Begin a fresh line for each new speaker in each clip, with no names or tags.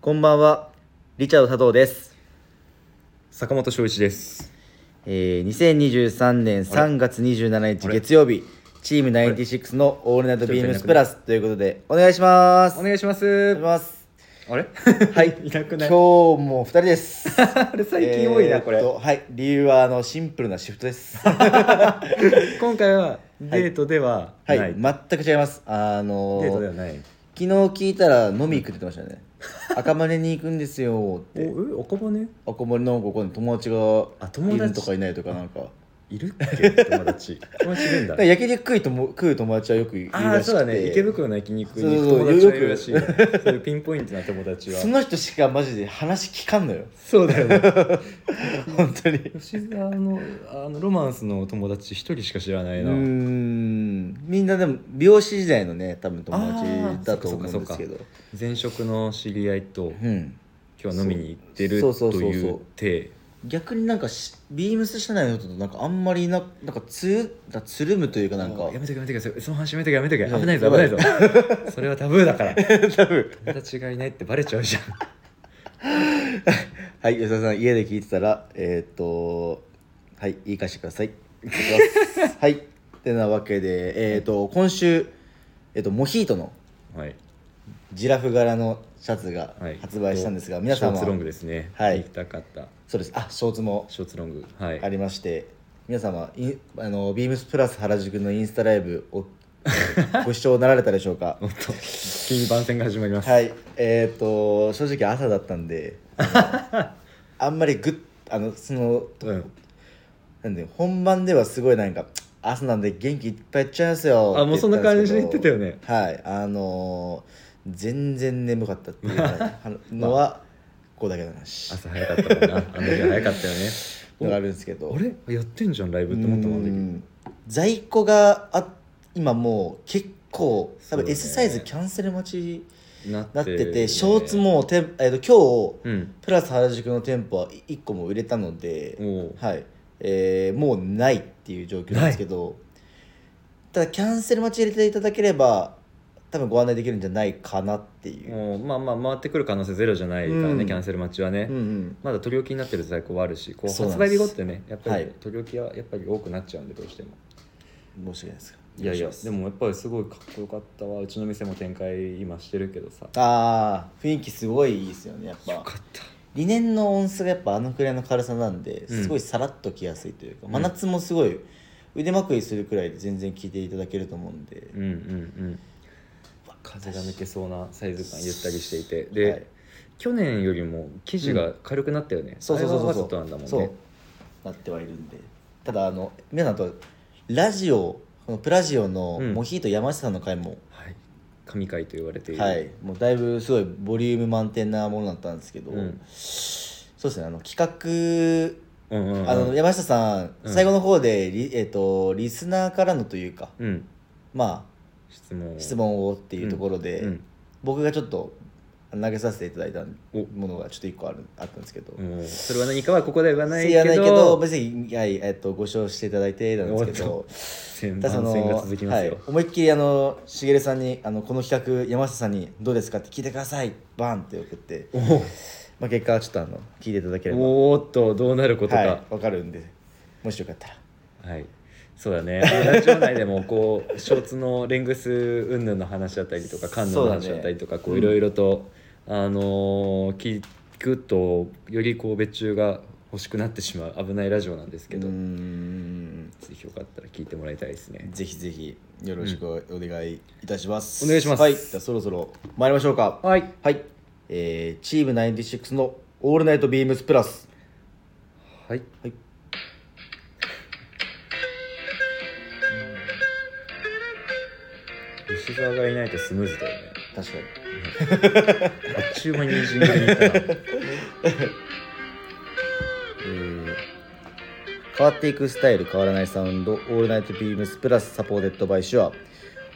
こんばんは、リチャード佐藤です。
坂本翔一です
えー、2023年3月27日
あれ
月曜日、チーム96のオールナイトビームスプラスということで、お願いします。
お
いし
願いします
ます。
あれ
はい、
いなくな
今
い
日も2人です。
あれ最近多い
えー
な
っと
これ、
はい、理由はあのシンプルなシフト です。
今回はデートでは
は、
ないい、
全く違います。あの
デートでは
ー、
ない
昨日聞いたら飲み行くって言ってました ね。赤羽に行くんですよっ
お
て。
え赤羽
赤羽のここに友達が
あ友
い
達
るとかいないとかなんか。
いるっけ友 達友達いるん
だか
だ
ら焼き肉食いとも食う友達はよくいるらしく
あ
て
あそうだね池袋の焼肉に
そうそう
友達がい
よ
る
く
らしいよそういうピンポイントな友達は
その人しかマジで話聞かん のよ
そうだよね
本当にう
吉沢のあのロマンスの友達一人しか知らない
ー
な、
んみんなでも美容師時代のね多分友達だと思うんですけど
前職の知り合いと
うん
今日は飲みに行ってる
そうそ
と
うそうそう
いう手
逆になんかしビームス社内の人となんかあんまりいななんかつなんかつるむというかなんか
やめてくやめてくその話やめてくやめてく
うん
危ないぞ
や
危
ば
ないいぞ それはタブーだから
多分
友達がいないってバレちゃうじゃん
はい吉田さん家で聞いてたらえーっとはい言い返してくだ さいお願いしますはいってなわけでえーっと今週えーっとモヒートの
はい
ジラフ柄のシャツが
はい
発売したんですが、皆さん
ショーツロング
は
ですね
はい
行きたかった
そうですあショーツも
ショーツロングはい
ありまして皆様インあのビームスプラス原宿のインスタライブを ご視聴なられたでしょう か
おっと急に番宣が始まります
はいえっ、と正直朝だったん であのあんまりグッあのその
うん
なんで本番ではすごいなんか朝なんで元気いっぱいいっちゃいますよ
あもうそんな感じで言ってたよ
ね
ね
はいあのー全然眠かったっていう のはここだけの話
朝早かったもんな あの日は早かったよね
のがあるんですけど
あれやってんじゃんライブって思ったもんあ
う
の
ん在庫があ今もう結構多
そう
分
ね
S サイズキャンセル待ち
時なっ
になってて
るね
ショーツもて、えー、と今日
うん
プラス原宿の店舗は1個も売れたので、
おう
はいえーもうないっていう状況なんですけどただキャンセル待ち入れていただければ多分ご案内できるんじゃないかなっていう、
もうまあまあ回ってくる可能性ゼロじゃないから
う
ね
ん
キャンセル待ちはね
うんうん、
まだ取り置きになってる在庫はあるしこう
そうなん
発
で
売
す
日後ってねやっぱり
はい
取り置きはやっぱり多くなっちゃうんでどうしても
申し訳ないですが
いやいや
お願します
でもやっぱりすごいかっこよかったわうちの店も展開今してるけどさ
ああ雰囲気すごいいいですよねやっぱ
った
リネンの音数がやっぱあのくらいの軽さなんで
うん
すごいさらっと着やすいというか、
うん
真夏もすごい腕まくりするくらいで全然着ていただけると思うんで、
うんうんうん風が抜けそうなサイズ感ゆったりしていてで、
はい
去年よりも生地が軽くなったよね、
そうそうそうそう
あれがわざとなんだもんね
そうなってはいるんでただあの皆さんとラジオこのプラジオの
うん
モヒート山下さんの回も、
はい神回と言われている、
はいもうだいぶすごいボリューム満点なものだったんですけど、
うん
そうですねあの企画
うんうんうん
あの山下さん、
うん
最後の方でリ,、えっとリスナーからのというか
うん
ま
質問を
あ質問をっていうところで、
うん
僕がちょっと投げさせていただいた
お
ものがちょっと1個あるあったんですけど、
うんそれは何かはここでは言わない
いや
け
ないけど
ど
別にはいえっとご視聴していただいてなんですけど
戦
ただその
番戦が続きますよ、
はい、思いっきりあのしげるさんにあのこの企画山下さんにどうですかって聞いてくださいバンって送って、まあ、結果はちょっとあの聞いていただければ
おおーっとどうなることか、
はい、わかるんでもしよかったら
はい、そうだねラジオ内でもこうショーツのレングス云々の話だったりとか感
そう
度の
だね
話だったりとかこういろいろと、あのー聞くとより神戸中が欲しくなってしまう危ないラジオなんですけど、
うーん
ぜひよかったら聞いてもらいたいですね。
ぜひぜひよろしくお願いいたします、
お願いします
はいじゃあそろそろ参りましょうか
はい、
はい、えー、チーム96の「オールナイトビームスプラス」
はい、
はい
吉沢がいないとスムーズだよね。
確かに
あっちゅう間に人間に行ったな
えー変わっていくスタイル変わらないサウンド「オールナイトビームスプラスサポーテッドバイシュア」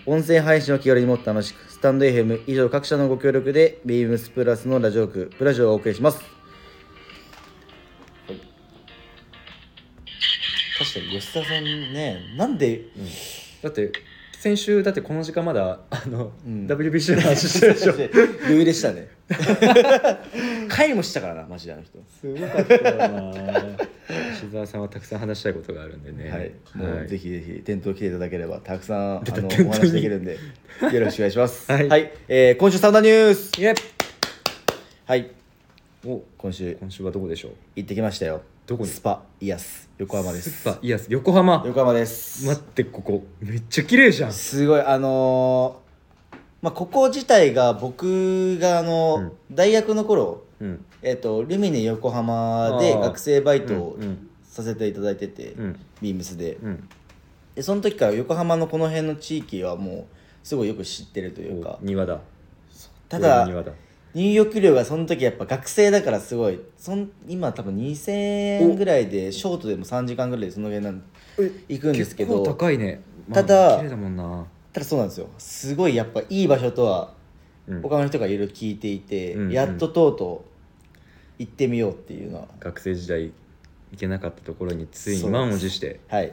音声配信を気軽にもっと楽しくスタンド FM 以上各社のご協力でビームスプラスのラジオクプラジオをお送りします確かに吉田さんねなんで
だって先週だってこの時間まだあの、
うん
WBC の話してるでしょ
余裕でしたね 帰りもしたからなマジであの人
すごかったな石澤さんはたくさん話したいことがあるんでね
はい、もうぜ
ひ
ひぜひ店頭来ていただければたくさんあ
出た
の
店頭に
お話できるん でよろしくお願いします
はい
えー今週サウナニュース
イエッ
はい
お
今週
今週はどこでしょう
行ってきましたよ
どこに
スパイアス横浜で
ス
す
ーパーイアス横浜
横浜です、
待ってここめっちゃ綺麗じゃん
すごいあのーまあここ自体が僕があの、
うん
大学の頃
うん
えっ、とルミネ横浜で
あー
学生バ
う
イトを
ん
させていただいてて、
うん
ビームスで
うん
でその時から横浜のこの辺の地域はもうすごいよく知ってるというか
お庭だ
ただ
上の庭だ
入浴料がその時やっぱ学生だからすごいそん今多分2000円ぐらいでショートでも3時間ぐらいでその辺なん行くんですけど
結構高いね、
ただ
綺麗だもんな、
ただそうなんですよすごいやっぱいい場所とは
うん
他の人がいろいろ聞いていて、
うんうん
やっととうとう行ってみようっていうのは
学生時代行けなかったところについ
そう
に
です
満を持して
はい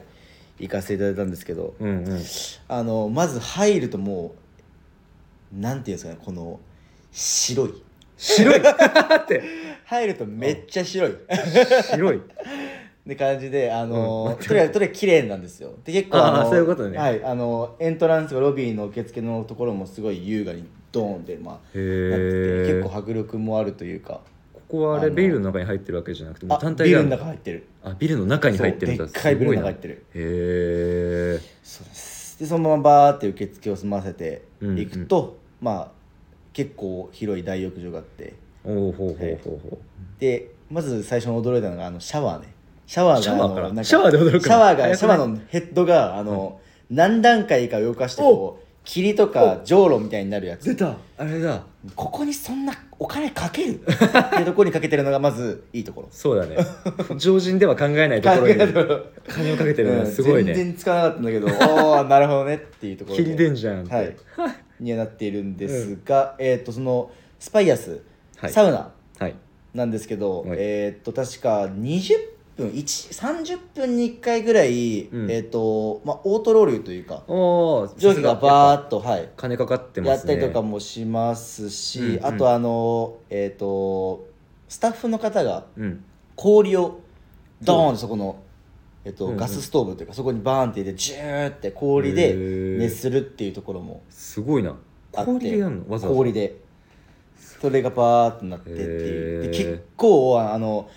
行かせていただいたんですけど
うんうん
あのまず入るともうなんていうんですかねこの白い
白いって
入るとめっちゃ白いっ
白い
て感じであの、
うん
とりあえずとりあえず綺麗なんですよで結構
あー
の
そういうことね
はいあのエントランスがロビーの受付のところもすごい優雅にドーンでま
へ
あなってて
え
結構迫力もあるというか
ここはあ
あ
れ
の
ビルの中に入ってるわけじゃなくても
あ
う単体
ビ
であ
ル
る
の中入ってる
あビルの中に入ってるん
そ
だ
うでっかいビルの中入
へ
ってる
え
そうですでそのままバーって受付を済ませて
うん
いくと、まあ結構広い大浴場があって
おおほうほうほうほ
でまず最初に驚いたのがあのシャワーねシャワーが
シャワー
あの
から
なん
シャワーで驚くの
シャワー
早くな
が
い
シャワーのヘッドがあの、何段階か動かしてこう霧とかじょうろみたいになるや
う
つ
たあれだ
ここにそんなお金かけるってとこにかけてるのがまずいいところ
そうだね常人では考えないとこ ろに金をかけてるのはすごい
うん
ね
全然つかなかったんだけど おおなるほどねっていうところ
切りでんじゃんって
はい、にはなっているんですが、えっ、とそのスパイアス、
はい
サウナ
はい
なんですけど、
はい
えっ、と確か20分130分に1回ぐらい、
うん
えっ、とまあオートロールというか
おお
蒸気がバーッとはい
金かかってま
やっ
す
た
ね
りとかもしますし、
うんうん
あとあのえっ、とスタッフの方が
うん
氷をドーンとそこの、えっと
うんうん
ガスストーブというかそこにバーンって入れてジューって氷で
へー
熱するっていうところも
すごいな
あって
氷でやるのわざわざ
氷でそれがパーッとなってっていう
へー
で結構あの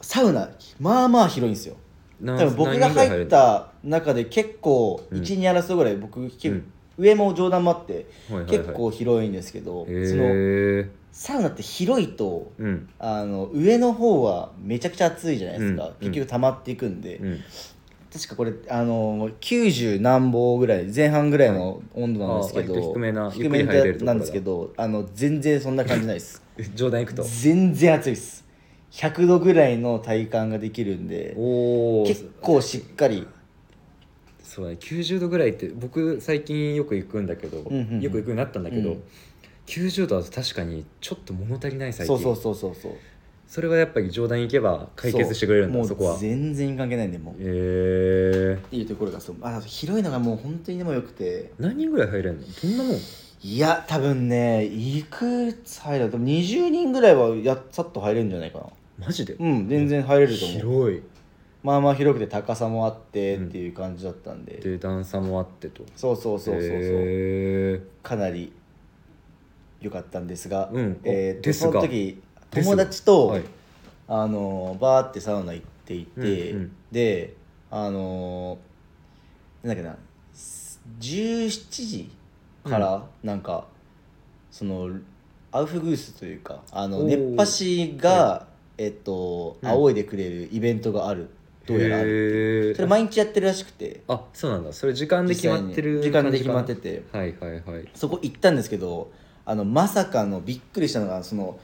サウナまあまあ広いんですよ
な
多分僕が
何人ぐらい
入
る
った中で結構
うん
12争うぐらい僕結構
うん
上も上段もあって
はいはいはい
結構広いんですけどそ
へ
の
え
サウナって広いと
うん
あの上の方はめちゃくちゃ暑いじゃないです
うん
か
うん
結局溜まっていくんで
うん
確かこれあの90何本ぐらい前半ぐらいの温度なんですけど、
あ割と低めな
低め
ゆっくり入れるところだ
なんですけどあの全然そんな感じないです
冗談いくと
全然暑いです100度ぐらいの体感ができるんで
おお
結構しっかり
そうだね90度ぐらいって僕最近よく行くんだけ
ん
ど、
うんうん
よく行くようになったんだけど、
うん
90度は確かにちょっと物足りない最
そ
近
うそうそうそうそう
それはやっぱり上段行けば解決してくれるんだ
も
そうこはへ
全然関係ないんでもうっ
え
ていうところがそうあ広いのがもう本当にでもよくて
何人ぐらい入れんのどんなもん
いや多分ねいくつ入ると20人ぐらいはやさっと入れるんじゃないかな
マジで、
うん全然入れると思う
広い
まあまあ広くて高さもあってっていう感じだったんで、
で段差もあってと
そうそうそうそうそう、
へー
かなり良かったんですが、
うん
えーと
です
そ
が
の時
です
友
が
達と、
はい
あのーバーってサウナ行っていて、
うんうん
であのーなんだっけな17時からなんか、そのアウフグースというかあの
おー
熱波師が、えっと
うん
仰いでくれるイベントがあるどうやらある
へー
それ毎日やってるらしくて
あそうなんだそれ時間で決まってる
実際に時間で決まって
て
て
はいはいはい
そこ行ったんですけどあのまさかのびっくりしたのがその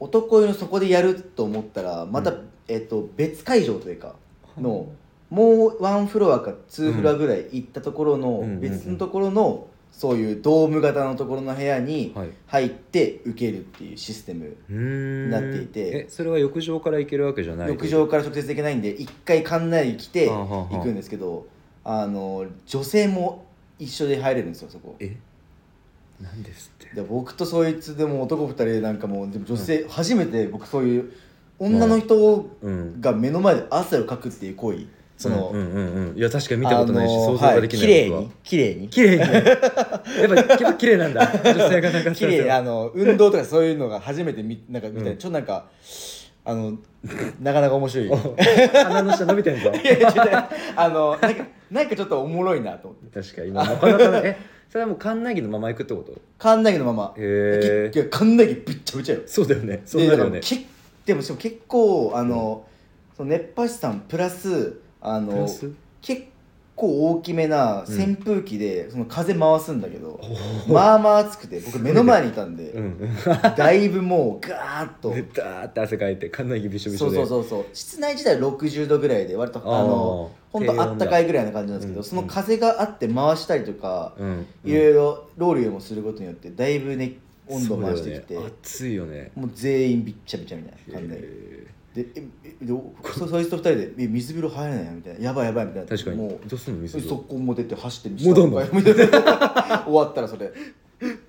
男湯のそこでやると思ったらまた、
う
えっと別会場というかのもうワンフロアかツーフロアぐらい行ったところの、
うんうんうんうん
別のところのそういうドーム型のところの部屋に
はい
入って受けるっていうシステム、
うーん
なっていて
えそれは浴場から行けるわけじゃない
浴場から直接行けないんで一回館内に来て
はあはあはあ
行くんですけどあの女性も一緒で入れるんですよそこ
えなんですって
で僕とそいつでも男2人でなんかもうでも女性、初めて僕そういう女の人
うん
が目の前で汗をかくっていう行為その、
うんうんうんいや確かに見たことないし、
あの
想像ができない
は綺麗
僕は
に綺麗に
綺麗にやっぱやっぱ綺麗なんだ女性がなんか
綺麗あの運動とかそういうのが初めてみなんか見たい、
うん
ちょっとなんかあのなかなか面白いい
お鼻の下伸びてんぞ
やいや違うあのなんかなんかちょっとおもろいなと思って
確かに今なかな かねえそれはもう館内着のまま行くってこと
神田家のまま
へ
き
え
いや神田家びっちゃびちゃよ
そうだよねそうだ
で
よね
だからけでもしかも結構あの、その熱波師さんプラスあ
プラ
の
ス
結構大きめな扇風機で、その風回すんだけど、
おー
まあまあ暑くて僕
すごい
目
ね
の前にいたんで、
うん
だいぶもうガーッ と
うんダーって汗かいて館内着びしょびし
そ
ょ
う
で
そうそうそう室内自体60度ぐらいで割とあ
ー
の本当あったかいぐらいな感じなんですけど、
うん
その風があって回したりとか、
うんうん
いろいろロールもすることによってだいぶね温度回してきて、
そうだよね暑いよね
もう全員びっちゃびちゃみたいな感じで
へ
でええでおそそいつと二人でえ「水風呂入れないよ」みたいな「やばいやばい」みたいな
ー確か
も
に
う
どうすんの水風呂
速攻も出て走って
戻んの
下の階みたいな 終わったらそれ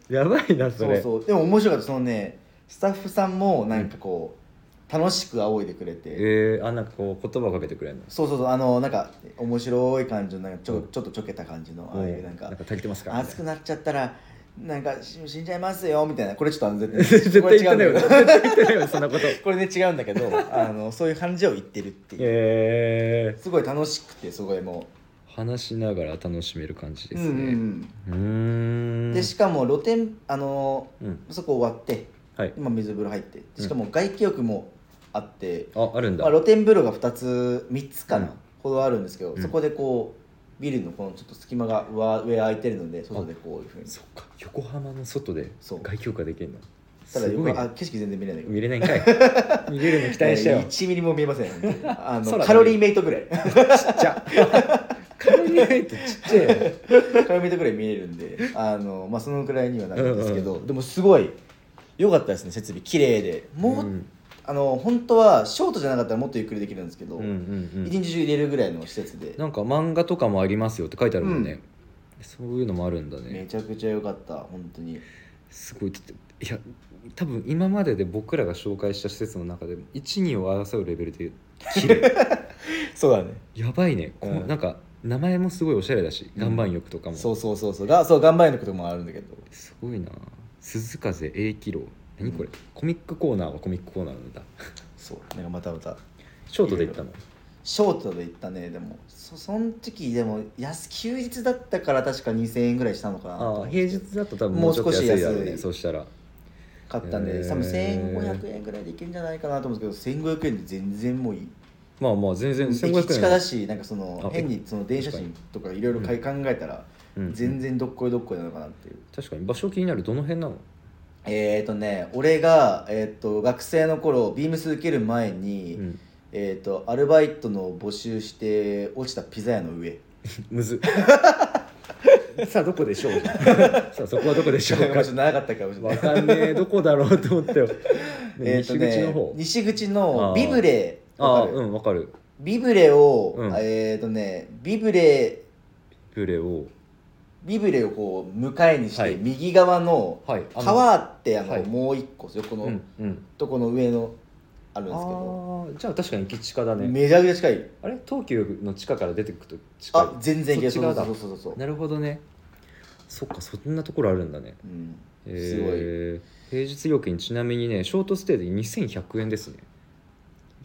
やばいなそ
そう
れ
そうでも面白かったそのねスタッフさんもなんかこう、楽しく仰いでくれて、
えー、あなんかこう言葉をかけてくれるの
そうそうそうあのなんか面白い感じのなんかちょ
うん
ちょっとちょけた感じのああいうなんか
足りてますか
熱くなっちゃったらなんかし死んじゃいますよみたいなこれちょっとあの絶
絶
対これ
対
違
言
う
って
ん
な
だけど
いよね絶対言ってないよねそんなこと
これね違うんだけどあのそういう感じを言ってるっていう
え
すごい楽しくてすごいも
ー、話しながら楽しめる感じ
う、
です
うんうんう
ね
ん
うーんん
でしかも露天あの
うん
そこ終わって
はい
今水風呂入ってでしかも外気浴もあって、
ああるんだ、
まあ、露天風呂が2つ3つかな、
うん
ほどあるんですけど、
うん
そこでこうビルのこのちょっと隙間が上上空いてるので外でこういうふうに
そっか横浜の外で
そう
外境化できるの
ただ
すごい、
横あ
ね、
景色全然見れないけど
見れないんかい 見れるの期待してよちっ
1ミリも見えま せん本当にあ
空
の
が
カロリーメイトぐらい カ
ちゃ 顔見ないとちっちゃいよ
ロリーメイトぐらい見えるんであの、まあ、そのくらいにはなるんですけど、でもすごい良かったですね設備綺麗でもう、
うん
あの本当はショートじゃなかったらもっとゆっくりできるんですけど、
うんうん
一日中入れるぐらいの施設で
うん、なんか漫画とかもありますよって書いてあるもんね、そういうのもあるんだね
めちゃくちゃ良かった本当に
すごいだっていや多分今までで僕らが紹介した施設の中でも12を争うレベルで綺 麗
そうだね
やばいね、こ
うん
なんか名前もすごいおしゃれだし
うん
岩盤浴とかも、
そうそうそうそうがそう頑張りのこともあるんだけど
すごいな鈴風英気楼何これ、
う
コミックコーナーはコミックコーナーなんだ
そうなんかまたまた
ショートで行ったの
ショートで行ったねでもそその時でも安休日だったから確か2000円ぐらいしたのかなと
あ
思
あ
っ
平
て
日だと多分
も
も
う
うちょっと
少し
安いだろう
安
ね
い
そうしたら
買ったんで、
へー
多分1500円ぐらいでいけるんじゃないかなと思うんですけど1500円で全然もういい
まあまあ全然
駅
1500円
近だしなんかその
あ
変にその電車賃とかいろいろ考えたら
うん
全然どっこいどっこいなのかなっていう、
確かに場所気になるどの辺なの
えーとね俺が、えー、と学生の頃ビームス受ける前に、
うん
えー、とアルバイトの募集して落ちたピザ屋の上
むず さあどこでしょう さあそこはどこでし
ち
ょ
ょ
う
っと
か
長かったかもしれな
わ
い
かんねえどこだろうと思 ったよ、ね
えーとね
西口の方
西口
あ
の
ー
ビブレ
ああ
わか
う
る
んわかる
ビブレを、
うん
えー、とねビブレ
ブレを
ビブレをこう向かいにして、
はい
右側の
はいあの
川ってあの、
はい
もう一個横
う
の
んうん
とこの上のあるん
あ
ですけど、
ーじゃあ確かに駅近だね
めちゃくちゃ近い
あれ東急の地下から出てくると近い
あ全然いける
そ
そ
っち側
うそ
だ
うそうそうそう、
なるほどねそっかそんなところあるんだね
うん、すごい
えー、平日料金ちなみにねショートステイで2100円ですね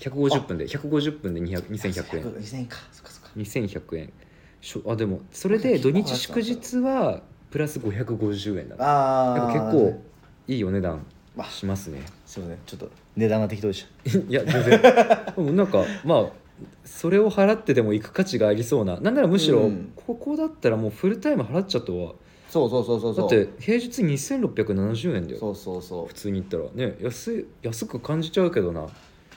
150分で150分で200 2100円
2000円かそっかそっか
2100円しょあでもそれで土日祝日はプラス550円だな
あ
やっ
あ
ぱ結構いいお値段
まあ
しますね
すいませんちょっと値段が適当でした
いや全然でもなんかまあそれを払ってでも行く価値がありそうななんならむしろ、
うん
ここだったらもうフルタイム払っちゃったわ
そうそうそうそう
だ
そう
って平日2670円だよ
そうそうそ
普通に言ったらね安い安く感じちゃうけどな
う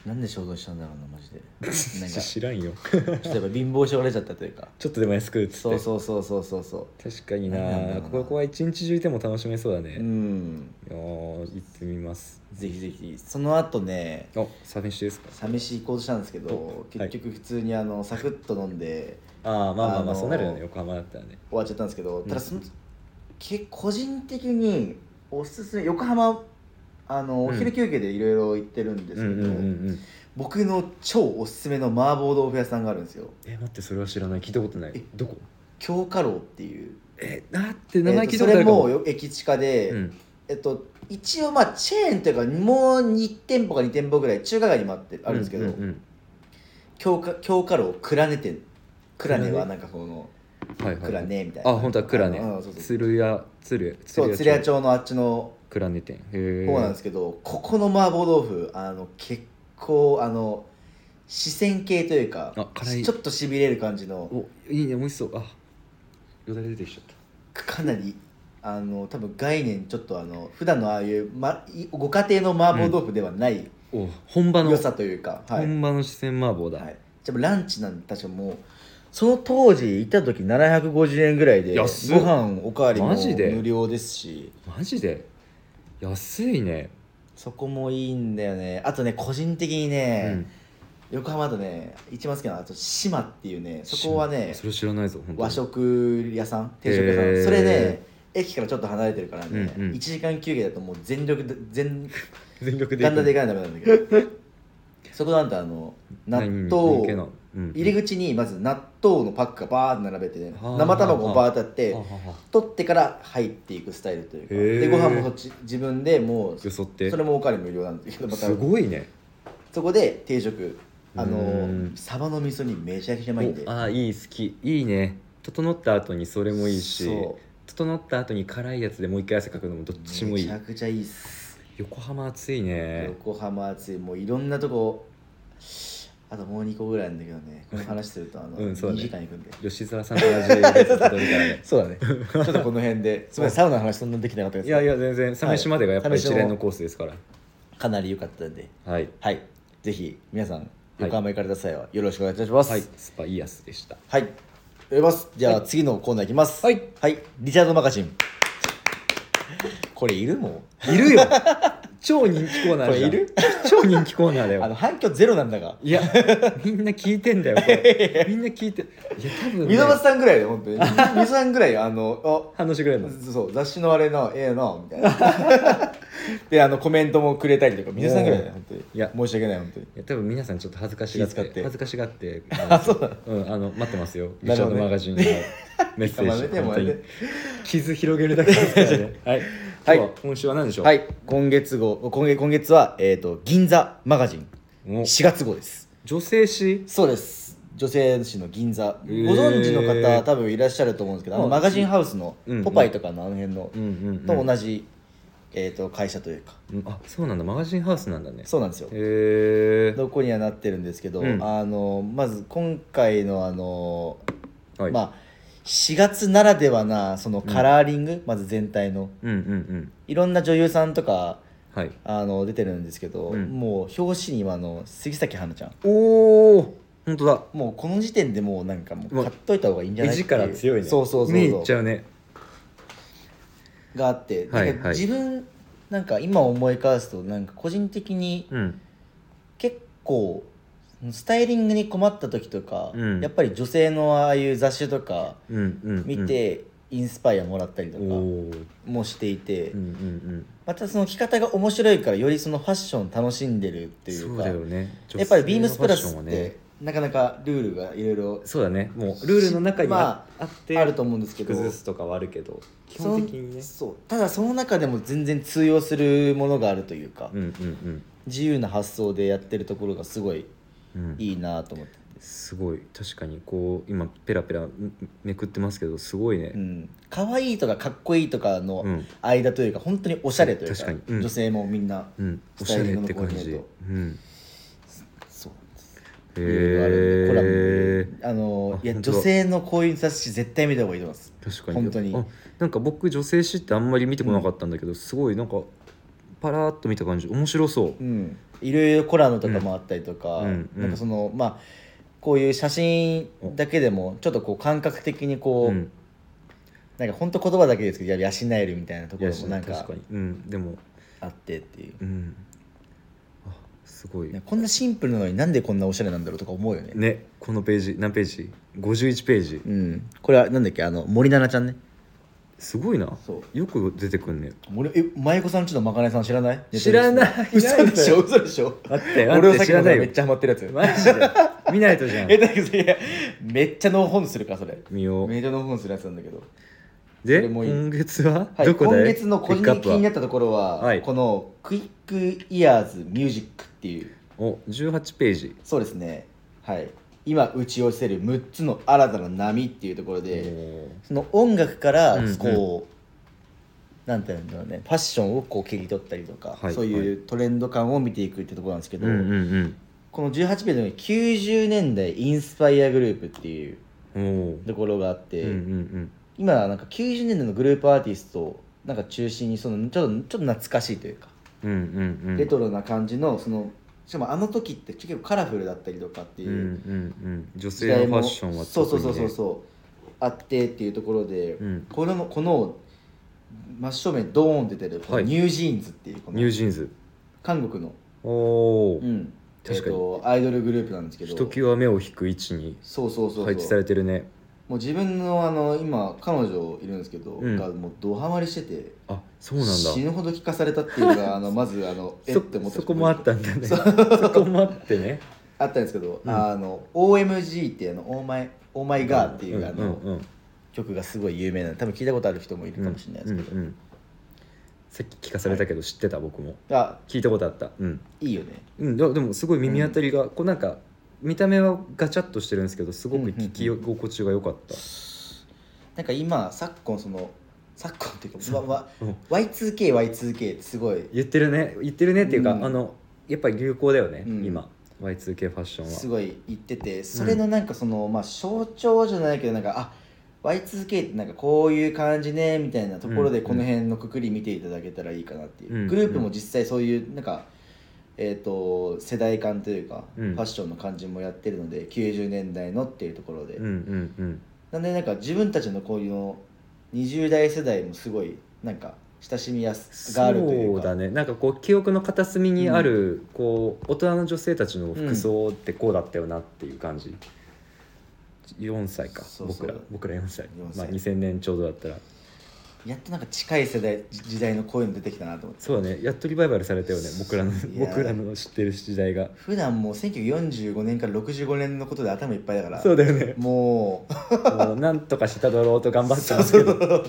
なんで衝動したんだろうなマジで なんかち
知らんよ
ょっとやっぱ貧乏症が出ちゃったというか
ちょっとでも安くっつって
そうそうそうそうそうそ
確かにな
なんだろうな
ここは一日中いても楽しめそうだ
う
ね、
う
い
ん
やー行ってみます
ぜひぜひその後ね
あ寂しいですか
寂しい行動したんですけど
お
結局普通にあのサクッと飲んで、
ああまあま
あ
あま
の
あ
ー
そうなるよね横浜だったらね
終わっちゃったんですけど、
うん
ただそのけ個人的におすすめ横浜あの、
うん
お昼休憩でいろいろ行ってるんです
うん
け
うん
ど、
うんうん
僕の超おすすめの麻婆豆腐屋さんがあるんですよ
え待ってそれは知らない聞いたことな
え
いどこ
京華楼っていう、
えだって
え
名前
ー
聞
と
い
そ
たことあ
れ
るかも
もよ駅近で、
うん
えっと一応まあチェーンというかもう2店舗か2店舗ぐらい中華街にもあってあるんですけど、
うううん
京華京華楼倉根店倉根
倉
は
根
なんかこの
はいはい
倉根みたいな
あ本当は倉
あのうんそうそ
根
う
鶴屋鶴
そう鶴屋
町
町のあっちの
倉根店へえ
方なんですけど、ここの麻婆豆腐あの結構あの四川系というか
あ辛い
ちょっとしびれる感じの
おいいね美味しそうあよだれ出てきちゃった
かなりあの多分概念ちょっとあの普段のああいう、ま、いご家庭の麻婆豆腐ではない
お本場の
良さというか、はい、
本場の四川麻婆だ、
はい、でもランチなんて確かもうその当時行った時750円ぐらいでご
安っ
飯おかわりも
マジで
無料ですし
マジで安いね、
そこもいいんだよねあとね個人的にね、横浜だとね一番好きなのはあと島っていうねそこは
知ら
ね
それ知らないぞ本当に
和食屋さん定食屋さん、
へー
それね駅からちょっと離れてるからね、
うんうん
1時間休憩だともう全力で全
全力で
ガンダで行かないとダメなんだけどそこなんてあの納
何何
豆
系なのうん
入り口にまず納豆のパックがバーって並べてね
はあ
生卵をバーってあっ
は
て
はは
取ってから入っていくスタイルというか
へえ
でご飯もそっち自分でもう
よ
そ
そって
れもおかわり無料なんですけどまた
すごいね
そこで定食あ
う
の
ん
サバの味噌煮めちゃくちゃうまいんで
おあいい好きいいね整った後にそれもいいし
そ
整った後に辛いやつでもう一回汗かくのもどっち
う
も
め
いい
ちゃくちゃいいっす
横浜暑いね
横浜暑いもういろんなとこあともう2個ぐらいあるんだけどねこの話するとあの
うんそうだ
2
ね
時間行くんで
吉沢さんと同じやつ撮 るからね
そうだねちょっとこの辺 ですみませんサウナの話そんなできなかったです
いやいや全然鮫島までがやっぱ
はい
一連のコースですから
かなり良かったんで
はい
はい、ぜひ皆さん、横浜行かれた際はよろしくお願いいたします。
はい、スパイアスでした
はい、おります。じゃあ、次のコーナーいきます。
はい、
リチャードマガジン。これいるも
いるよ超人気コーナーじゃ
こ
ん
れいる
超人気コーナーだ
うあ
よ
の反響ゼロなんだが。
いやみんな聞いてんだよこれみんな聞いていや多分、
水俣さんぐらいで、本当に。水俣さんぐらい、あの、
反応してくれる
あ
の
そう、雑誌のあれの、ええな、みたいな。 で、あの、コメントもくれたりとか、水俣さんぐらいだよ、本当に。
いや
申し訳ない、本当に。
いや多分皆さんちょっと恥ずかしがっ
気遣
て
って
恥ずかし がって
あ、そうだ。
うん、あの待ってますよ。リ
な
チ
る
ャー
ほど
ド
ね
マガジン のメッセージ。
でも
本
あ
当
れね
に傷広げるだけですか らね。はい。
はい
今日は今週は何でしょう。。
はいい、今月号、今月今月は、えっ、と、銀座マガジン、4月号です。
女性誌。
そうです女性誌の銀座、
へー
ご存知の方多分いらっしゃると思うんですけどあの
あ
マガジンハウスの
うん
ポパイとかのあの辺の、
うんうん、
と同じ、えー、と会社というか
うん。あ、そうなんだ。マガジンハウスなんだね。
そうなんですよ
へえ。
どこにはなってるんですけど、
うん
あのまず今回のあの、
はい。
まあ4月ならではなそのカラーリング、まず全体の
うんうんうん。
いろんな女優さんとか
はい。
あの出てるんですけど、
うん
もう表紙にはあの杉咲花ちゃん
おお。本当だ。
もうこの時点でもうなんかも
も
う
う
買っといた方がいいんじゃ
目
ないっていう
力強いね。
そうそうそうそう
目いっちゃうね。
があって、
は
な
い
んか
はい
自分なんか今思い返すとなんか個人的に
うん。
結構スタイリングに困った時とか、
うん
やっぱり女性のああいう雑誌とか
うんうん、うん。
見。てインスパイアもらったりと
お
か
お。
もしていて、
うんうんうん。
またその着方が面白いからよりそのファッション楽しんでるってい
そうう
か
だよね。
やっぱりビームスプラ
女
ス
性の
っ
ファッションは
て。なかなかルールがいろいろ
そうだね。もうルールの中にあ
ま
あって。
あると思うんですけど
崩すとかはあるけど基本的にね
そのそうただその中でも全然通用するものがあるというか、
うんうん
自由な発想でやってるところがすごい
うんうん
いいなと思って、
すごい確かにこう今ペラペラめめくってますけどすごいね、
うん、可愛いとかかっこいいとかの
うん
間というか本当におしゃれというか
確かにうん
女性もみんな
うん、お
ス
し
タ
ゃ
イリ
れ
ング
っ
の
て感
コーディ
じ
ネート
うん
そうなんです
へ
いうのがあるんでコラ
え
ムあの
あ
いや
本当
女
だ
性のこういう雑誌絶対見た方がいいと思います
確かに
本当に
あなんか僕女性誌ってあんまり見てこなかったんだけど、すごいなんかパラーっと見た感じ面白そう
う、んいろいろコラムとかもあったりとか、
うんうん
なんかそのまあこういう写真だけでもちょっとこう感覚的にこう、
うん
なんか本当言葉だけですけどや養えるみたいなとこ
いや
ろもなん
確
か
かにうんでも
あってっていう
うんあすごい
ねこんなシンプルなのになんでこんなおしゃれなんだろうとか思うよね
ねこのページ何ページ ?51 ページ
うんこれはなんだっけあの森七菜ちゃんね
すごいな
そ
よく出てくんね
森え舞子さんちのまかないさん知らない
知らない
嘘でしょ 嘘でしょ
あってあ
俺
っ
を
て
さっ
知
き
ら
の
ない
め
よ
っちゃハマってるやつ
マジで見ないとじゃん
えだけどいやめっちゃノーホンするからそれ
見よう
めっちゃノーホンするやつなんだけどそ
で
れもいい
今月は、
はい、
どこだ
今
い
月の個人
ピッ
的
ク
に
ア
気にな
ッ
ったところは、
はい
このクイックイヤーズミュージックっていう
プはお18ページ
そうですねはい今打ち寄せる6つの新たな波っていうところで、その音楽から
うんうん
こう、なんていうんだろうねファッションをこう切り取ったりとか、
はい
そういうトレンド感を見ていくってところなんですけ
う
ど、
んうん
この18ページの90年代インスパイアグループっていう
うんおー
ところがあって、
うんうん
今なんか90年代のグループアーティストをなんか中心にそのちょっとちょっと懐かしいというか、
うんうんうんうん
レトロな感じのそのしかもあの時って結構カラフルだったりとかって
う
い
んうん
う
うん女
時
性の
代
フ
も、
ァッションは
そうそうそうそう
う
そうあってっていうところで、
うん
これもこの真正面ドーンって出てるこの
はい
ニュージーンズっていうこ
ニュー
の
ジーンズ
韓国の、
おお
う
ー
ん
確かに
えーとアイドルグループなんですけど
ひときわ目を引く位置に
そうそうそうそう
配置されてるね
もう自分のあの今彼女いるんですけど、
うん
がもうドハマりしてて
あそうなんだ
死ぬほど聞かされたっていうの があのまずあのえっ
そ
て思った
そこもあったんだね
そ
そうこもあってね
あったんですけど、
うん
あの OMG っていうあの「オーマイ・オーマイガー」っていうあの、
うんうんうん
曲がすごい有名な多分聞いたことある人もいるかもしれないですけど、
うんうんうんさっき聞かされたけど知ってた僕も
あ
聞いたことあったうん、
いいよね
うん、ででもすごい耳当たりが、こうなんか見た目はガチャっとしてるんですけどすごく聞き心地が良かった、
なんか今昨今その昨今っていうか
そ
わわ
うん
Y2KY2K ってすごい
言ってるね言ってるねっていうか、
うん
あのやっぱり流行だよね、
うん
今 Y2K ファッションは
すごい言っててそれのなんかその、まあ象徴じゃないけどなんかあ Y2K ってなんかこういう感じねみたいなところで
うん
この辺のくくり見ていただけたらいいかなっていう、
うん
グループも実際そういうなんかえー、と世代間というか、
うん
ファッションの感じもやってるので90年代のっていうところで、
うんうんうん
なんでなんか自分たちのこういうの20代世代もすごいなんか親しみやすがあるという
そう
か
だねなんかこう記憶の片隅にある、こう大人の女性たちの服装ってこうだったよなっていう感じ、4歳か
そうそう
僕ら僕ら4
4
歳
歳
まあ、2000年ちょうどだったら
やっとなんか近い世代じ時代のこういうの出てきたなと思って
そうだねやっとリバイバルされたよね僕らの
いやー
僕らの知ってる時代が
普段もう1945年から65年のことで頭いっぱいだから
そうだよね
もう
もうなんとかしただろうと頑張ってますけどこ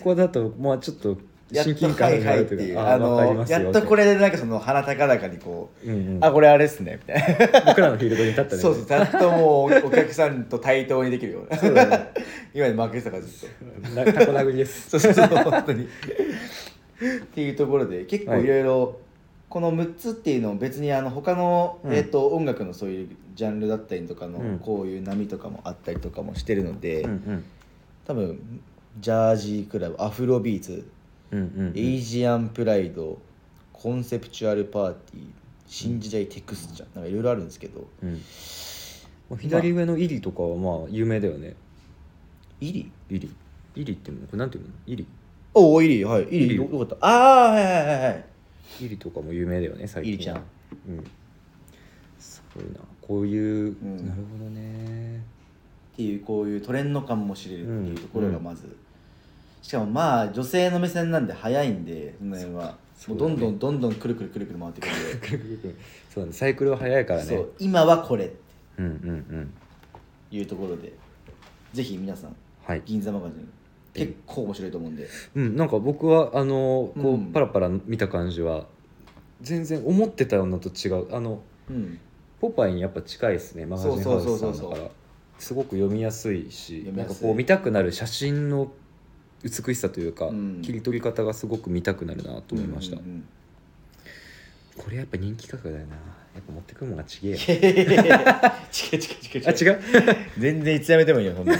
う
こだともうちょっと
やっ
親
と
近
は
感
い
があ
はいっ
る
て
とい
いうう
か
あ
わかり
の
ますよ
やっとこれでなんかその鼻高々にこう、
うんうん
あこれあれっすねみたいな、
僕らのフィールドに立ったね
そうそうちゃんともうお客さんと対等にできるような
そうだね
今に負けてたからずっと
なタコ殴りで す
そうそうそう本当に。っていうところで結構
はい
いろいろこの6つっていうのを別にあの他の、
うん
えー、と音楽のそういうジャンルだったりとかの、
うん
こういう波とかもあったりとかもしてるので、
うんうん
多分ジャージークラブアフロビーツ、
うんうん
エイジアンプライドコンセプチュアルパーティー新時代テクスチャーなんかいろいろあるんですけど
うんまあ、左上のイリとかはまあ有名だよね
イリ
イリイリっていうのこれなんていうのイリ
おおイリはいイ
イリ
リよよかったああはいはいはいはい
イリとかも有名だよね最近
イリちゃん
うんすごいなこういう、
うん
なるほどね
っていうこういうトレンド感も知れるっていうところが
うん
まず、しかもまあ女性の目線なんで早いんでその辺は
そ
も
う
う
だ
ど
ね
んどんどんどんくるくるくるくる回ってくるんで
そうだねサイクルは早いから
そ
ね
う今はこれって
うんうんうん
いうところでぜひ皆さん
はい、
銀座マガジン結構面白いと思うんで、
うん、なんか僕はあのこう、
うん
パラパラ見た感じは全然思ってたのと違うあの
うん、
ポパイにやっぱ近いですねマガジンハウスさんだ
そうそうそう
か
そ
ら
う
すごく読みやすいし
読み
な
や
ん
すい
かこう見たくなる写真の美しさというか、
うん
切り取り方がすごく見たくなるなと思いました、
うんうんうん
これやっぱ人気価格だよなやっぱ持ってくるもんがちげえよ
違う違う違う
あ違う
全然いつやめてもいいよほんとに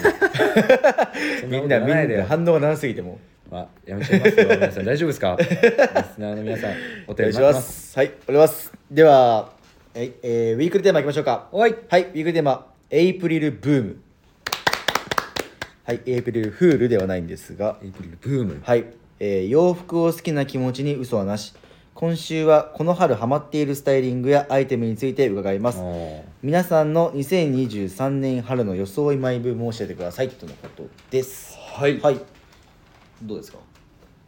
みんなみん
で
な反応が長すぎても
あやめちゃいますよ皆さん大丈夫で すかリスナーの皆さんお
お願
便
い
り
し
待って
ま
ます
すはいお願いしますではえ、えーウィークルテーマいきましょうか
おい
はい、ウィークルテーマ、エイプリルブーム。はい、エイプリルフールではないんですが、
エイプリルブーム
はい、えー洋服を好きな気持ちに嘘はなし。今週はこの春ハマっているスタイリングやアイテムについて伺います
ー
皆さんの2023年春の装いマイブームを教えてくださいとのことです
はい、
はいどうですか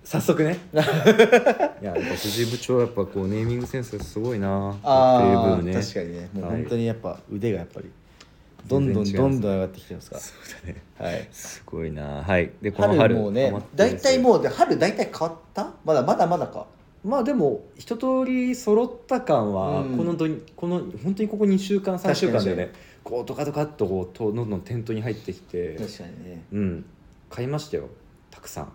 早速 ねいややっぱ藤井部長はやっぱこうネーミングセンスがすごいな
ああ、
っていう分ね
確かにねもう
はい
本当にやっぱ腕がやっぱりどんどん
全然違い
ど
ます
んどん上がってきてますか
そうだね
らはい
すごいなはいでこの春
春もうね
ハマってる
大体もうで春大体変わったまだまだまだか
まあでも一通り揃った感は、
うん
このどにこの本当にここ2週間3週間だよ
確
ねこうドカドカっとこうとどんどん店頭に入ってきて
確かにね
うん買いましたよたくさん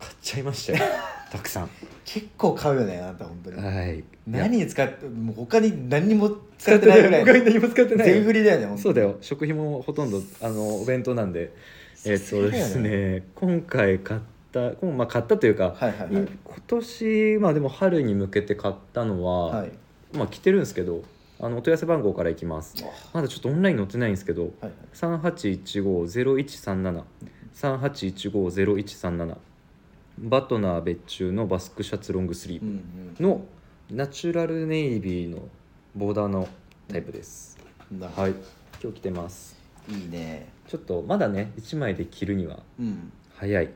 買っちゃいま したよたくさん
結構買うよねあなた本当に
はい
何に使ってもう他に何にも使ってないぐらい
他に何も使ってない
全振りだよね本当に
そうだよ食費もほとんどあのお弁当なんでえっ、とですね今回買った今、まあ、買ったというか、
はいはいはい
今年まあでも春に向けて買ったのは、
はい
まあ着てるんですけどあのお問い合わせ番号からいきます
あ
まだちょっとオンライン載ってないんですけど
はいはい
3815-0137 3815-0137バトナー別注のバスクシャツロングスリー
う
ブ
ん
のナチュラルネイビーのボーダーのタイプです、
うんな
はい今日着てます
いいね
ちょっとまだね1枚で着るには
うん
早い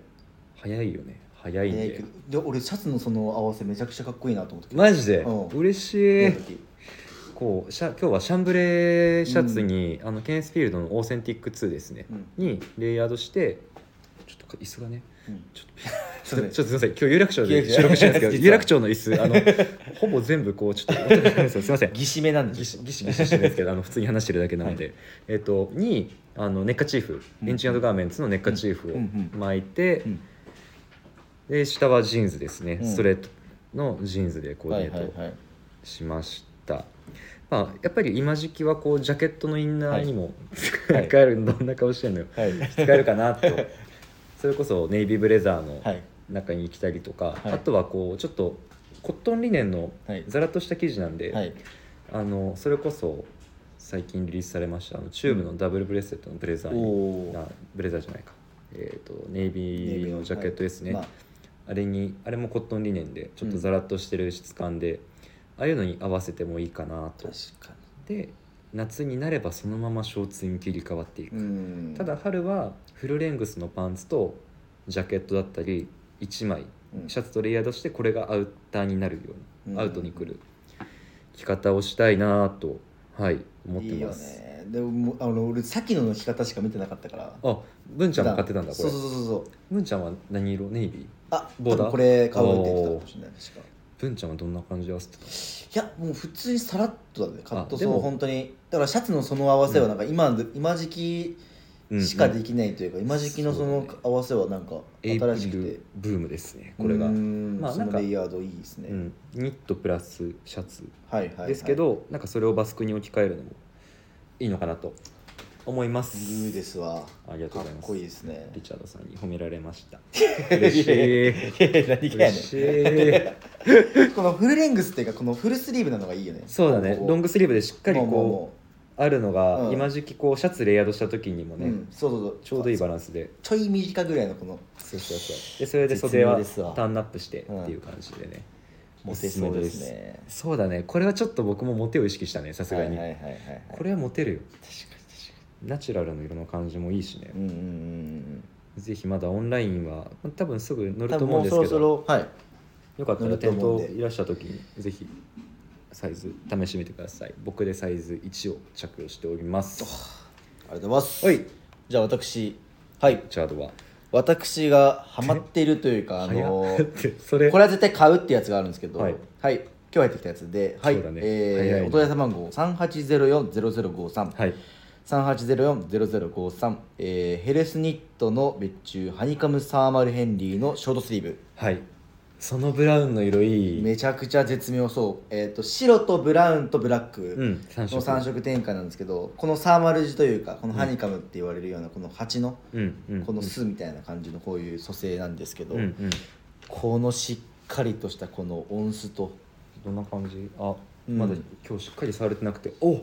早いよね早いん
え
で、
ーけどで俺シャツのその合わせめちゃくちゃかっこいいなと思って
マジで
うん
嬉しい、こうシャ今日はシャンブレーシャツに、あのケネスフィールドのオーセンティック2ですね
うん
にレイヤードしてちょっと椅子がね
うん
ちょっとち
そ
ょっ
う
と
ね
ちょっとすみません今日有楽町
有楽
で
町
収録してるん ですけど
実は
有楽町の椅子あのほぼ全部こうち ょっとすみません
ぎしめなんで
ギ
す
シギシギシしてるんですけどあの普通に話してるだけなので、えっ、とにあのネッカチーフ、
うん
エンチンガーメンツのネッカチーフ
うんうんう
を巻いて、
うん
で下はジーンズですね、
うん
ストレートのジーンズでコー
は
デ
い
ィネ
はい
ート
はい
しました、まあ、やっぱり今時期はこうジャケットのインナーにも、
はい
使えるどんな顔してんのよ
はい
使えるかなとそれこそネイビーブレザーの
はい
中に着たりとか、
はい
あとはこうちょっとコットンリネンの
はい
ザラッとした生地なんで、
はい
あのそれこそ最近リリースされましたあのチューブのダブルブレスレットのブレザー
お
に、
お
あブレザーじゃないか、えー、とネイビーのジャケットですね、
はいま
あれにあれもコットンリネンでちょっとザラッとしてる質感で、ああいうのに合わせてもいいかな
あ
と
確か
で夏になればそのままショーツに切り替わっていく、
にうん
ただ春はフルレングスのパンツとジャケットだったり1枚
うん
シャツとレイヤードしてこれがアウターになるよう
うん
なアウトにくる着方をしたいなぁとはい思って
いいよ
ます
ねでももうあの俺さっきのの着方しか見てなかったから
あ文ちゃんも買ってたんだこ
そう
れ
そうそうそう
文ちゃんは何色ネイビー
あ
ボーダ
多
ー
分これ買おうって言ってたかもしれない確か
文ちゃんはどんな感じで合わせてた
いやもう普通にさらっとだねカット
で
そ
も
う本当にだからシャツのその合わせはなんか今,、今時期
うん
しかできないというか、今時期のそ
そう
の
ね
合わせはなんか
エイプ
新し
リ
くて
ルブームですねこれが、
う
う
ー
ん
ん
まあ
そ
なん
の
か
レイヤードいいですね、
ニットプラスシャツ
はいはい、はい、
ですけど、なんかそれをバスクに置き換えるのもいいのかなと思います
ブルーですわ
ありがとうござい
か
ま
っ
す
こいいですね
リチャードさんに褒められました嬉しい
何がや
嬉
ね
しい
んこのフルレングスっていうかこのフルスリーブなのがいいよね
そうだね
ここ
ロングスリーブでしっかり
もうもう
こ
も
うあるの
う
が
ん
今時期こうシャツレイヤードした時にも
う
ね、
うん、そうそうそう
ちょうどいいバランスで
ちょい短ぐらいのこの
そうそうそうでそれで
絶
袖
妙
は
ですわ
ターンアップして
うん
っていう感じでね、
モテそうですね
そうだねこれはちょっと僕もモテを意識したねさすがに、
はいはいはいはいはい、
これはモテるよ
確かに確か
ナチュラルの色の感じもいいしね、
にうんうんうん
ぜひまだオンラインは多分すぐ
う
乗
ん
ると思うんですけど
ろはい
よかった
乗
ら
ると
店
思うん
頭
で
いらっしゃる時にぜひサイズ試してみてください僕でサイズ1を着用しております
ありがとうございます
はい
じゃあ私はい
チャードは
私がハマっているというかあの
早っ ってそれ
これは絶対買うってやつがあるんですけどは
はいい、
今日入ってきたやつで、はい
そうだね
え
早い
ー
ね
お問い合わせ番号3804-0053、
はい
3804-0053、えーヘレスニットの別注ハニカムサーマルヘンリーのショートスリーブ
はいそのブラウンの色いい、
めちゃくちゃ絶妙そう、えー、と白とブラウンとブラック、
うん3
の
色
3色展開なんですけどこのサーマル地というかこのハニカムって言われるようなこの鉢の
うんうん
この巣みたいな感じのこういう蘇生なんですけど、
うんうん
このしっかりとしたこの音質と
どんな感じあ、
うん
まだ今日しっかり触れてなくてお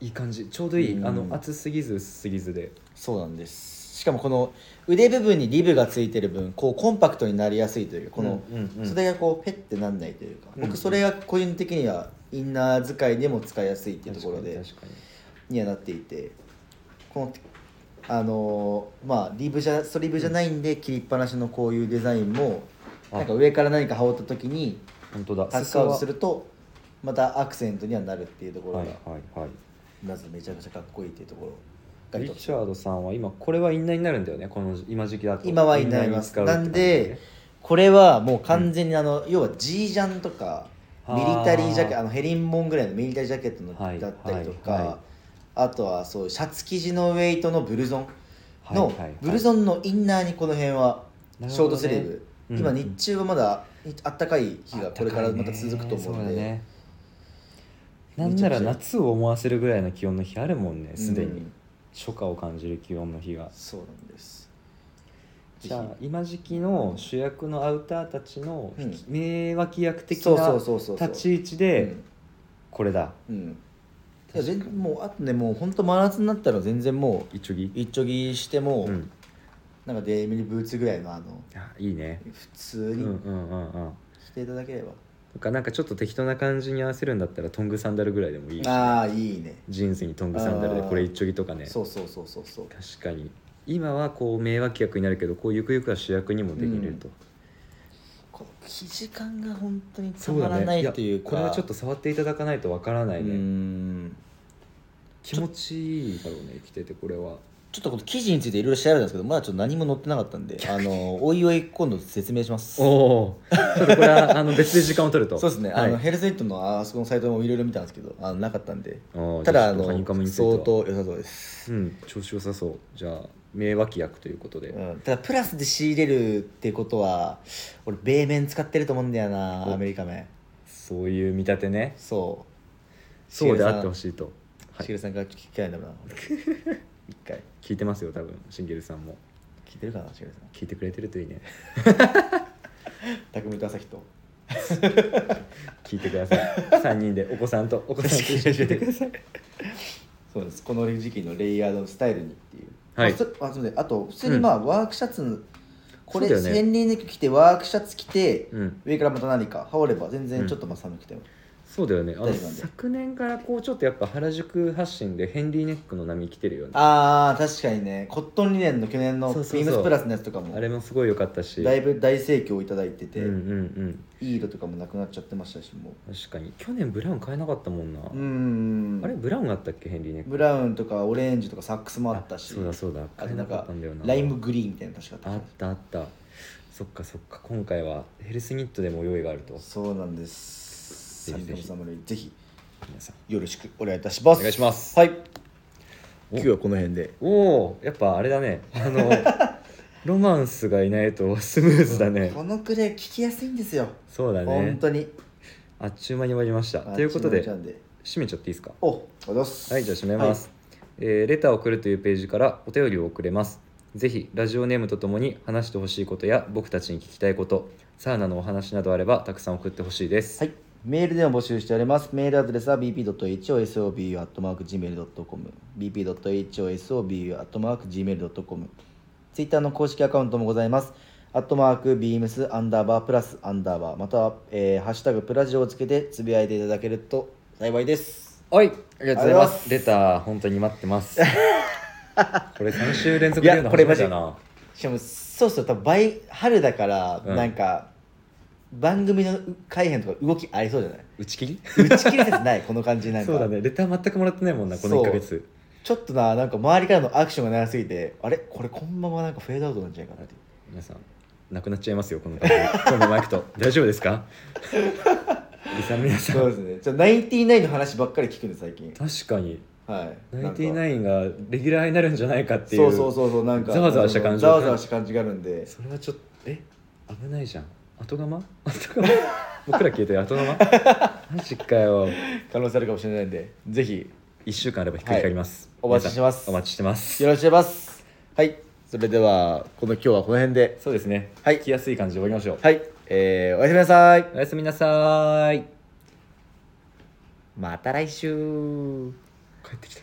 いい感じちょうどいい、
うん
あの厚すぎず薄すぎずで
そうなんですしかもこの腕部分にリブがついてる分こうコンパクトになりやすいというかこの、
うんうんうん
それがこうペッてなんないというか、
うん
僕それが個人的にはインナー使いでも使いやすいっていうところで
確かに
にはなっていてこのあのーまあリブじゃストリブじゃないんで切りっぱなしのこういうデザインも
あ
なんか上から何か羽織った時に
本当だ
タッカー
裾
を
は
するとまたアクセントにはなるっていうところ
は
が
いはいはい
まずめちゃくちゃかっこいいっていうところが
リ
一つ
チャードさんは今これはインナーになるんだよねこの今時期だと
今はインナーになりますなんでこれはもう完全にあの、要はジージャンとか
あ
ミ
ー
リタリージャケあのヘリンボンぐらいのミリタリージャケットの
はい
だったりとか、
はいはい
あとはそうシャツ生地のウェイトのブルゾン
は
の
いはいはい
ブルゾンのインナーにこの辺は
なる
シ
ほ
ョー
ど
ト
ね
スリーブ、
うん
今日中はまだあったかい日がこれからまた続くと思うので、
そうだねなんなら夏を思わせるぐらいの気温の日あるもんねすでに、
うん
初夏を感じる気温の日が
そうなんですぜひ
じゃあ今時期の主役のアウターたちの
うん
名脇役的
そうそ
な
うそうそうそう
立ち位置でこれだ
うん、うんいや全もうあとねもう本当真夏になったら全然もう
一丁木
一丁着しても、
うん
なんかデイミリブーツぐらいのあの
あいいね
普通
うんうん
に
うんうん
していただければ、
とかなんかちょっと適当な感じに合わせるんだったらトングサンダルぐらいでもいいし
ああいいね
ジーンズにトングサンダルでこれ一丁木とかね
そうそうそうそうそう
確かに今はこう名脇役になるけどこうゆくゆくは主役にもできると、
この生地感が本当にた
そう
ま
だ
ら
ね
ないというか
これはちょっと触っていただかないとわからな
う
いね、
ん
気持ちいいだろうね着ててこれは
ちょっとこの生地についていろいろ調べたんですけどまだちょっと何も載ってなかったんであのおいおい今度説明します
おおーちょっとこれはあの別で時間を取ると
そうですね、
はい
あのヘルスエイトのあそこのサイトもいろいろ見たんですけどあのなかったんで
おー
ただあ
じゃ
の
ちょっとハニカムについては
相当良さそうです
うん調子良さそうじゃあ名脇役ということで、
うん、ただプラスで仕入れるってことは俺米麺使ってると思うんだよな
お
アメリカ麺
そういう見立てね
そう
そうであってほしいと、は
しげ
い、
るさんから聞きたいんだもん な俺一回
聞いてますよ多分シンゲルさんも
聞いてるかなしげるさん
聞いてくれてるといいね
匠と朝日と
聞いてください3 人でお子さんとお子さんと一緒に聞いてください
そうですこの時期のレイヤードのスタイルにっていう
はい
あそあすみませんあと普通にまあ、ワークシャツこれ
そうだよね
千里ネック着てワークシャツ着て、
うん
上からまた何か羽織れば全然ちょっとまあ寒くても、
そうだよねあの
大丈夫なんで
昨年からこうちょっとやっぱ原宿発信でヘンリーネックの波来てるよねあ
あー確かにねコットンリネンの去年のビ
そうそうそう
ームスプラスのやつとかも
れもすごい良かったし
だいぶ大盛況いただいてて、
うんうん
いい色とかもなくなっちゃってましたしも
うん確かに去年ブラウン買えなかったもんな、
ううーん
あれブラウンあったっけヘンリーネック
ブラウンとかオレンジとかサックスもあったし
そうだそうだ
あ
買
と
え
な
なんか
か
ったんだよな
ライムグリーンみたいなの確か
あ
あっ
ったあったそっかそっか今回はヘルスニットでも用意があると
たそうなんです
ぜ
サ
ひ
ン
ぜ
ド
ひ
サムライぜひ
皆さん
よろしくお願いいたします
お願いします
はい
お
今日はこの辺で
おおやっぱあれだねあ のロマンスがいないとスムーズだね
このくらい聞きやすいんですよ
そうだ
本
ね
当に
あっちゅう間に終わりましたということ
あっち
で
のお兄ちゃんで
締めちゃっていいですか
おおはようございます
はいじゃあ締めます、えーレターを送るというページからお便りを送れますぜひラジオネームとともに話してほしいことや僕たちに聞きたいことサウナのお話などあればたくさん送ってほしいです
はい、メールでも募集しております。メールアドレスは bp.hosobu.gmail.com bp.hosobu.gmail.com ツイッターの公式アカウントもございます。アットマーク、ビームス、アンダーバー、プラス、アンダーバー、または、えーハッシュタグ、プラジオをつけてつぶやいていただけると幸いです。
はいありがとうございま
ありがとうございます
すレター本当に待ってま すこれ3週連続で言うの
いやこれ
初
マ
め
ジ
てだな
しかも、そうそう、多分倍、春だから、
うん
なんか、番組の改編とか動きありそうじゃない
打ち切り
打ち切り説ない、この感じなんか。
そうだねレター全くもらってないもんなこの1ヶ月
ちょっとななんか周りからのアクションが長すぎてあれこれこのままなんかフェードアウトなんじゃないかなっていう
皆さんなくなっちゃいますよこの感じ今度マイクと大丈夫で すかリサの皆さん
そうですねちょナインティナインの話ばっかり聞くんで最近
確かに
はい
ナインティ
インっ
ナインがレギュラーになるんじゃないかってい
そううそうそうそうなんか
ざわざわした感じ
ざわざわした感じがあるんで
それはちょっとえ危ないじゃん後釜後 釜僕ら聞いてる後釜マジかよ
可能性あるかもしれないんでぜひ
1週間あればひっくり返ります、
はいお待ちしてます
皆さんお待ちしてます
よろしくお願いしますはいそれではこの今日はこの辺で
そうですね
はい
聞きやすい感じで終わりましょう、
はいえー、おやすみなさい
おやすみなさーい
また来週
帰ってきた